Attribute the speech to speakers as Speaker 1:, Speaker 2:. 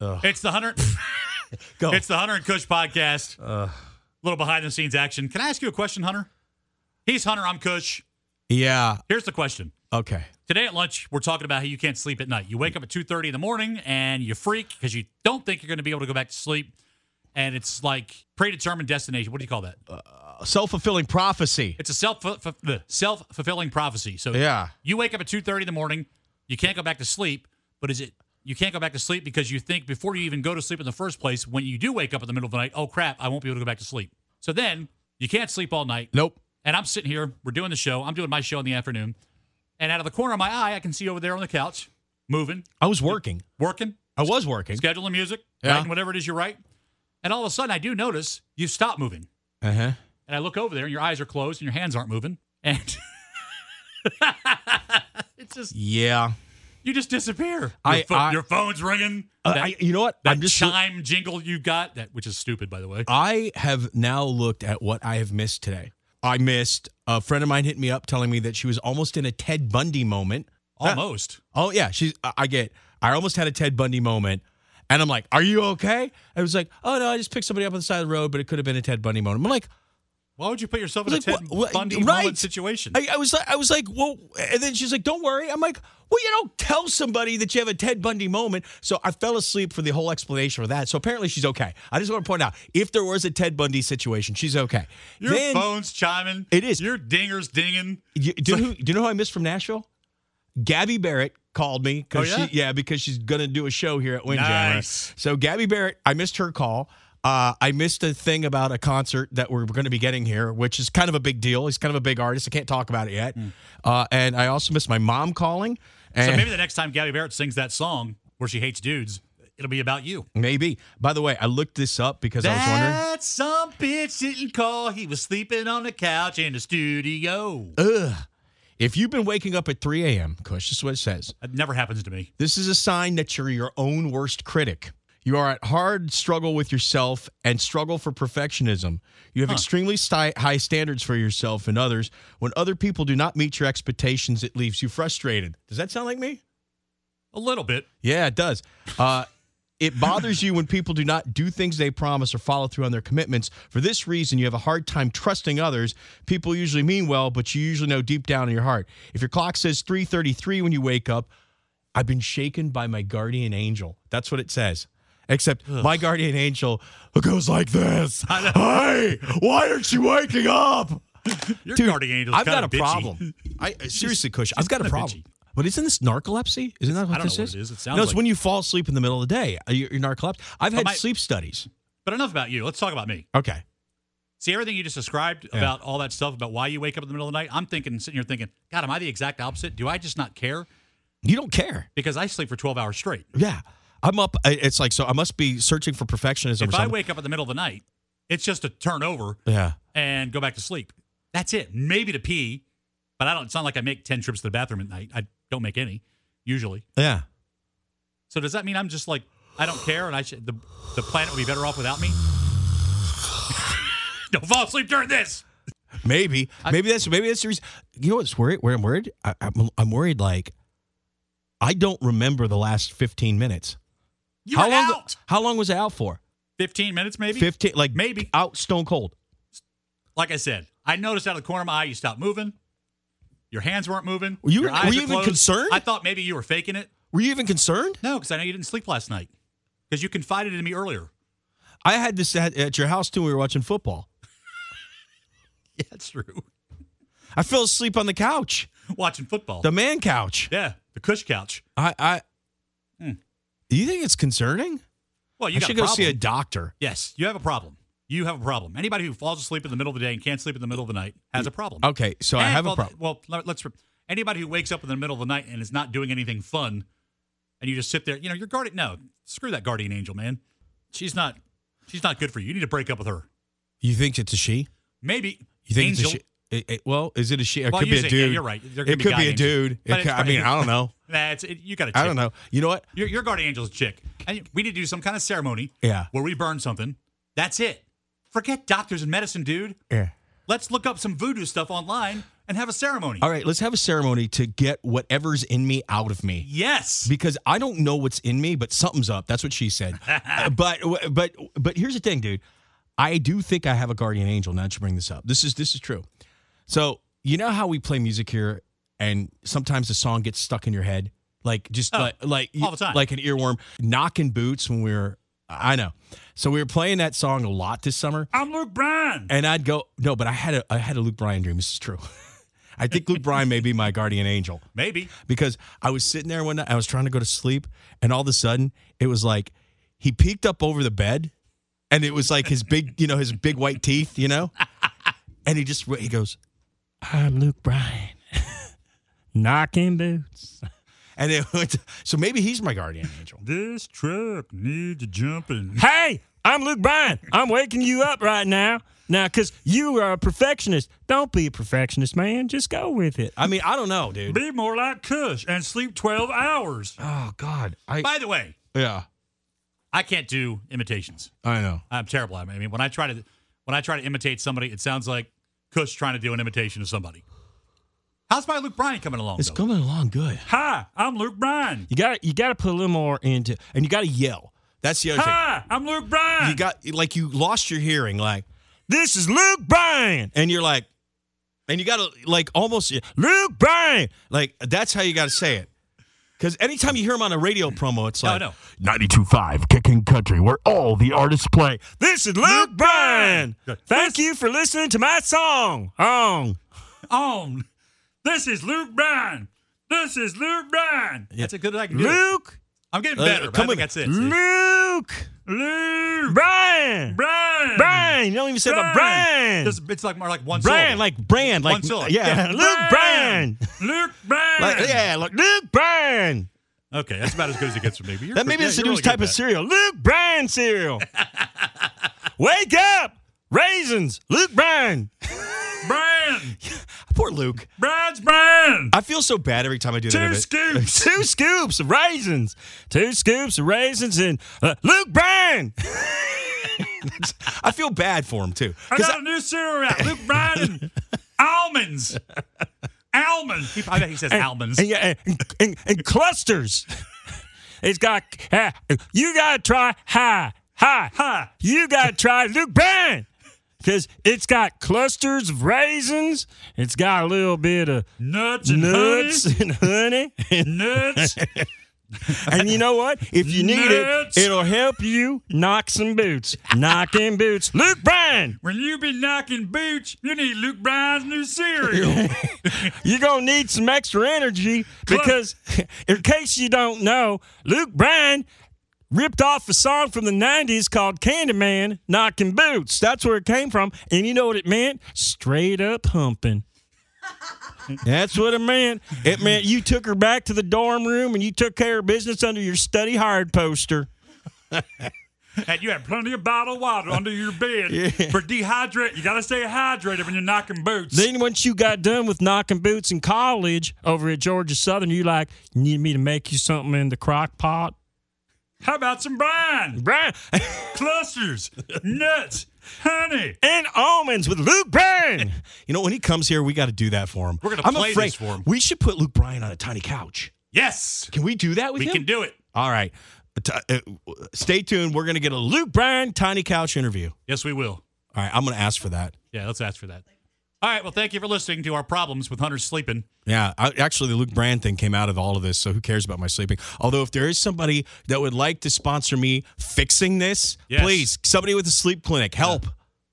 Speaker 1: It's the Hunter.
Speaker 2: Go.
Speaker 1: It's the Hunter and Kush podcast. A little behind the scenes action. Can I ask you a question, Hunter? He's Hunter. I'm Kush.
Speaker 2: Yeah.
Speaker 1: Here's the question.
Speaker 2: Okay.
Speaker 1: Today at lunch, we're talking about how you can't sleep at night. You wake up at 2:30 in the morning and you freak because you don't think you're going to be able to go back to sleep, and it's like predetermined destination. What do you call that?
Speaker 2: Self fulfilling prophecy.
Speaker 1: It's a self self fulfilling prophecy. So
Speaker 2: Yeah.
Speaker 1: you wake up at 2:30 in the morning, you can't go back to sleep, but is it you can't go back to sleep because you think before you even go to sleep in the first place, when you do wake up in the middle of the night, oh crap, I won't be able to go back to sleep. So then you can't sleep all night.
Speaker 2: Nope.
Speaker 1: And I'm sitting here, we're doing the show. I'm doing my show in the afternoon. And out of the corner of my eye, I can see over there on the couch, moving,
Speaker 2: I was working.
Speaker 1: working,
Speaker 2: I was working.
Speaker 1: scheduling music,
Speaker 2: Mm-hmm. Yeah.
Speaker 1: writing whatever it is you write. And all of a sudden, I do notice you stop moving.
Speaker 2: Uh huh.
Speaker 1: And I look over there, and your eyes are closed, and your hands aren't moving. And it's just,
Speaker 2: Yeah.
Speaker 1: you just disappear. Your,
Speaker 2: I-
Speaker 1: pho-
Speaker 2: I-
Speaker 1: your phone's ringing.
Speaker 2: Uh,
Speaker 1: that
Speaker 2: I, you know what?
Speaker 1: that
Speaker 2: I'm just.
Speaker 1: chime jingle you got, that which is stupid, by the way.
Speaker 2: I have now looked at what I have missed today. I missed a friend of mine hit me up telling me that she was almost in a Ted Bundy moment.
Speaker 1: Almost.
Speaker 2: Oh yeah, she's. I- I get. I almost had a Ted Bundy moment, and I'm like, "Are you okay?" I was like, "Oh no, I just picked somebody up on the side of the road, but it could have been a Ed Bundy moment." I'm like,
Speaker 1: Why would you put yourself in
Speaker 2: I was
Speaker 1: a
Speaker 2: like,
Speaker 1: Ted
Speaker 2: "What- what-
Speaker 1: Bundy
Speaker 2: right.
Speaker 1: moment situation?
Speaker 2: I, I was like, I was like, well, and then she's like, "Don't worry." I'm like, "Well, you don't tell somebody that you have a Ted Bundy moment." So I fell asleep for the whole explanation for that. So apparently she's okay. I just want to point out, if there was a Ted Bundy situation, she's okay.
Speaker 1: Your
Speaker 2: Then-
Speaker 1: phone's chiming.
Speaker 2: It is.
Speaker 1: Your dinger's dinging.
Speaker 2: You, do, you know who, do you know who I missed from Nashville? Gabby Barrett called me because
Speaker 1: Oh, yeah?
Speaker 2: she yeah because she's gonna do a show here at Windjammer.
Speaker 1: Nice.
Speaker 2: So Gabby Barrett, I missed her call. Uh, I missed a thing about a concert that we're going to be getting here, which is kind of a big deal. He's kind of a big artist. I can't talk about it yet. Uh, and I also missed my mom calling. And
Speaker 1: Hmm. So maybe the next time Gabby Barrett sings that song where she hates dudes, it'll be about you.
Speaker 2: maybe. By the way, I looked this up because I was wondering.
Speaker 1: That some bitch didn't call. He was sleeping on the couch in the studio.
Speaker 2: If you've been waking up at 3 a.m., Kush, this is what it says.
Speaker 1: That never happens to me.
Speaker 2: This is a sign that you're your own worst critic. You are at hard struggle with yourself and struggle for perfectionism. You have extremely sti- high standards for yourself and others. When other people do not meet your expectations, it leaves you frustrated. Does that sound like me?
Speaker 1: A little bit.
Speaker 2: Yeah, it does. Uh, it bothers you when people do not do things they promise or follow through on their commitments. For this reason, you have a hard time trusting others. People usually mean well, but you usually know deep down in your heart. If your clock says 3:33 when you wake up, I've been shaken by my guardian angel. That's what it says. Except my guardian angel goes like this. Hey, why aren't you waking up?
Speaker 1: Your
Speaker 2: Dude,
Speaker 1: guardian angel's
Speaker 2: I've
Speaker 1: kinda
Speaker 2: got a
Speaker 1: bitchy.
Speaker 2: problem. I uh, seriously, Kush, I've got a
Speaker 1: kinda
Speaker 2: problem.
Speaker 1: bitchy.
Speaker 2: But isn't this narcolepsy? Isn't that what
Speaker 1: don't
Speaker 2: this
Speaker 1: know what
Speaker 2: is?
Speaker 1: it is. It sounds
Speaker 2: no, it's
Speaker 1: like- Oh,
Speaker 2: when you fall asleep in the middle of the day. uh, You're, you're narcoleptic. I've had
Speaker 1: my-
Speaker 2: sleep studies.
Speaker 1: But enough about you. Let's talk about me.
Speaker 2: Okay.
Speaker 1: See everything you just described about all that stuff about why you wake up in the middle of the night. I'm thinking, sitting here thinking, God, am I the exact opposite? Do I just not care
Speaker 2: You don't care.
Speaker 1: because I sleep for 12 hours straight?
Speaker 2: Yeah. I'm up. I- It's like, so I must be searching for perfectionism or
Speaker 1: If I
Speaker 2: something.
Speaker 1: wake up in the middle of the night, it's just to turn over
Speaker 2: yeah.
Speaker 1: and go back to sleep. That's it. Maybe to pee, but I don't. It's not like I make ten trips to the bathroom at night. I don't make any usually.
Speaker 2: Yeah.
Speaker 1: So does that mean I'm just like I don't care and I should the the planet would be better off without me? don't fall asleep during this.
Speaker 2: Maybe. maybe that's maybe that's the reason. You know what's worried? Where I'm worried? I, I'm, I'm worried. Like, I don't remember the last 15 minutes.
Speaker 1: You
Speaker 2: how
Speaker 1: were
Speaker 2: long?
Speaker 1: out.
Speaker 2: How long was I out for?
Speaker 1: Fifteen minutes maybe.
Speaker 2: 15. Like
Speaker 1: Maybe.
Speaker 2: out stone cold.
Speaker 1: Like I said, I noticed out of the corner of my eye you stopped moving. Your hands weren't moving.
Speaker 2: Were you-
Speaker 1: Your
Speaker 2: were
Speaker 1: eyes
Speaker 2: you
Speaker 1: are
Speaker 2: even
Speaker 1: closed.
Speaker 2: concerned?
Speaker 1: I thought maybe you were faking it.
Speaker 2: Were you even concerned?
Speaker 1: No, because I know you didn't sleep last night. Because you confided in me earlier.
Speaker 2: I had this at, at your house too. when We were watching football.
Speaker 1: Yeah, that's true.
Speaker 2: I fell asleep on the couch,
Speaker 1: Watching football.
Speaker 2: the man couch.
Speaker 1: Yeah, the cush couch.
Speaker 2: I, I. Do you think it's concerning?
Speaker 1: Well, Hmm. you
Speaker 2: I
Speaker 1: got
Speaker 2: should
Speaker 1: a
Speaker 2: go see a
Speaker 1: problem.
Speaker 2: doctor.
Speaker 1: Yes, you have a problem. You have a problem. Anybody who falls asleep in the middle of the day and can't sleep in the middle of the night has a problem.
Speaker 2: Okay, so I
Speaker 1: And
Speaker 2: have
Speaker 1: Eh,
Speaker 2: a
Speaker 1: well,
Speaker 2: problem.
Speaker 1: Well, let- let's. re- Anybody who wakes up in the middle of the night and is not doing anything fun, and you just sit there, you know, your guardian. No, screw that guardian angel, man. She's not. She's not good for you. You need to break up with her.
Speaker 2: You think it's a she?
Speaker 1: Maybe
Speaker 2: You think
Speaker 1: angel.
Speaker 2: it's a she? It- it- well, is it a she? It
Speaker 1: Well,
Speaker 2: could be a
Speaker 1: usually-
Speaker 2: dude.
Speaker 1: yeah, you're right. There could
Speaker 2: It
Speaker 1: be
Speaker 2: could
Speaker 1: guy
Speaker 2: be a
Speaker 1: angels.
Speaker 2: dude. It
Speaker 1: But
Speaker 2: could,
Speaker 1: it's
Speaker 2: I mean,
Speaker 1: fine.
Speaker 2: I don't know.
Speaker 1: That's it. You got to.
Speaker 2: I don't know. You know what?
Speaker 1: Your, your guardian angel's a chick, and we need to do some kind of ceremony.
Speaker 2: Yeah.
Speaker 1: Where we burn something. That's it. Forget doctors and medicine, dude.
Speaker 2: Yeah.
Speaker 1: Let's look up some voodoo stuff online and have a ceremony.
Speaker 2: All right, let's have a ceremony to get whatever's in me out of me.
Speaker 1: Yes.
Speaker 2: because I don't know what's in me, but something's up. That's what she said. Uh, but but but here's the thing, dude. I do think I have a guardian angel. Now that you bring this up, this is this is true. So you know how we play music here, and sometimes the song gets stuck in your head, like just
Speaker 1: Oh,
Speaker 2: like like
Speaker 1: all the time.
Speaker 2: like an earworm. Knocking boots when we were, I know. So we were playing that song a lot this summer,
Speaker 1: I'm Luke Bryan.
Speaker 2: and I'd go no, but I had a I had a Luke Bryan dream. This is true. I think Luke Bryan may be my guardian angel
Speaker 1: Maybe.
Speaker 2: because I was sitting there one night, I was trying to go to sleep, and all of a sudden it was like he peeked up over the bed, and it was like his big, you know, his big white teeth, you know, and he just he goes, "I'm Luke Bryan, knocking boots," and it went, so maybe he's my guardian angel.
Speaker 1: This truck needs jumping.
Speaker 3: Hey, I'm Luke Bryan. I'm waking you up right now. Now, because you are a perfectionist. Don't be a perfectionist, man. Just go with it.
Speaker 2: I mean, I don't know, dude.
Speaker 1: Be more like Kush and sleep 12 hours.
Speaker 2: Oh God, I
Speaker 1: By the way,
Speaker 2: yeah,
Speaker 1: I can't do imitations.
Speaker 2: I know.
Speaker 1: I'm terrible at it. I mean, when I try to when I try to imitate somebody, it sounds like Kush trying to do an imitation of somebody. How's my Luke Bryan coming along?
Speaker 2: It's
Speaker 1: though?
Speaker 2: coming along good.
Speaker 1: Hi, I'm Luke Bryan.
Speaker 3: You got you got to put a little more into.
Speaker 2: And you got to yell. That's the other thing.
Speaker 1: Hi, I'm Luke Bryan.
Speaker 2: You got like you lost your hearing, like.
Speaker 3: This is Luke Bryan.
Speaker 2: and you're like, and you gotta like almost
Speaker 3: Luke Bryan.
Speaker 2: like that's how you gotta say it. Because anytime you hear him on a radio promo, it's
Speaker 1: no,
Speaker 2: like,
Speaker 1: no.
Speaker 3: 92.5 Kicking Country, where all the artists play. This is Luke, Bryan.
Speaker 1: Bryan.
Speaker 3: Thank you for listening to my song. On.
Speaker 1: On. This is Luke Bryan. This is Luke Bryan. That's a good I can do. it.
Speaker 3: Luke,
Speaker 1: I'm getting
Speaker 2: Uh,
Speaker 1: better. but I
Speaker 2: come
Speaker 1: think
Speaker 2: with-
Speaker 1: that's it.
Speaker 3: Luke
Speaker 1: Luke
Speaker 3: Bryan.
Speaker 1: Bryan.
Speaker 3: Bryan. You don't even say the Bryan.
Speaker 1: Just- it's like more like one
Speaker 2: brand
Speaker 1: syllable.
Speaker 2: like brand like
Speaker 1: One syllable.
Speaker 2: yeah,
Speaker 3: Luke Bryan.
Speaker 1: Luke Bryan.
Speaker 2: like, yeah. Like,
Speaker 3: Luke Bryan.
Speaker 1: Okay, that's about as good as it gets from me. But you're
Speaker 2: that maybe
Speaker 1: yeah,
Speaker 2: it's the
Speaker 1: you're
Speaker 2: new
Speaker 1: really good
Speaker 2: type
Speaker 1: at
Speaker 2: of
Speaker 1: that.
Speaker 2: cereal.
Speaker 3: Luke Bryan cereal. Wake up, raisins. Luke Bryan.
Speaker 1: Bryan.
Speaker 2: Poor Luke.
Speaker 1: Bryan's Bryan.
Speaker 2: I feel so bad every time I do that.
Speaker 1: Two
Speaker 2: of it.
Speaker 1: scoops.
Speaker 3: Two scoops of raisins. Two scoops of raisins and uh, Luke Bryan.
Speaker 2: I feel bad for him too.
Speaker 1: I
Speaker 2: 'Cause
Speaker 1: got a new cereal out. Luke Bryan and almonds. Almonds. He, I bet he says almonds.
Speaker 3: And, yeah, and, and, and clusters. It's got. uh, you gotta try high, high,
Speaker 1: Hi.
Speaker 3: You gotta try Luke Bryan. Because it's got clusters of raisins. It's got a little bit of
Speaker 1: Nuts and
Speaker 3: nuts
Speaker 1: honey.
Speaker 3: and honey.
Speaker 1: Nuts.
Speaker 3: And you know what? If you need
Speaker 1: Nuts.
Speaker 3: it, it'll help you knock some boots. Knocking boots. Luke Bryan,
Speaker 1: when you be knocking boots, you need Luke Bryan's new cereal.
Speaker 3: you're going to need some extra energy because, in case you don't know, Luke Bryan ripped off a song from the 90s called Candyman Knocking Boots. That's where it came from. And you know what it meant? Straight up humping. That's what it meant. It meant you took her back to the dorm room and you took care of business under your study hard poster.
Speaker 1: and you have plenty of bottled water under your bed for dehydrate. You got to stay hydrated when you're knocking boots.
Speaker 3: Then once you got done with knocking boots in college over at Georgia Southern, you like, you need me to make you something in the crock pot?
Speaker 1: How about some brine?
Speaker 3: Brian
Speaker 1: Clusters. Nuts. Honey.
Speaker 3: and almonds with Luke Bryan.
Speaker 2: You know when he comes here, we got to do that for him.
Speaker 1: We're gonna
Speaker 2: I'm
Speaker 1: play
Speaker 2: afraid
Speaker 1: this for him.
Speaker 2: We should put Luke Bryan on a tiny couch.
Speaker 1: Yes.
Speaker 2: Can we do that with
Speaker 1: We
Speaker 2: him?
Speaker 1: can do it.
Speaker 2: All right. T- uh, stay tuned. We're gonna get a Luke Bryan tiny couch interview.
Speaker 1: Yes, we will.
Speaker 2: All right, I'm going to ask for that.
Speaker 1: Yeah, let's ask for that. All right. Well, thank you for listening to our problems with Hunter sleeping.
Speaker 2: Yeah, I, actually, the Luke Brand thing came out of all of this, so who cares about my sleeping? Although, if there is somebody that would like to sponsor me fixing this,
Speaker 1: Yes.
Speaker 2: please, somebody with a sleep clinic, help.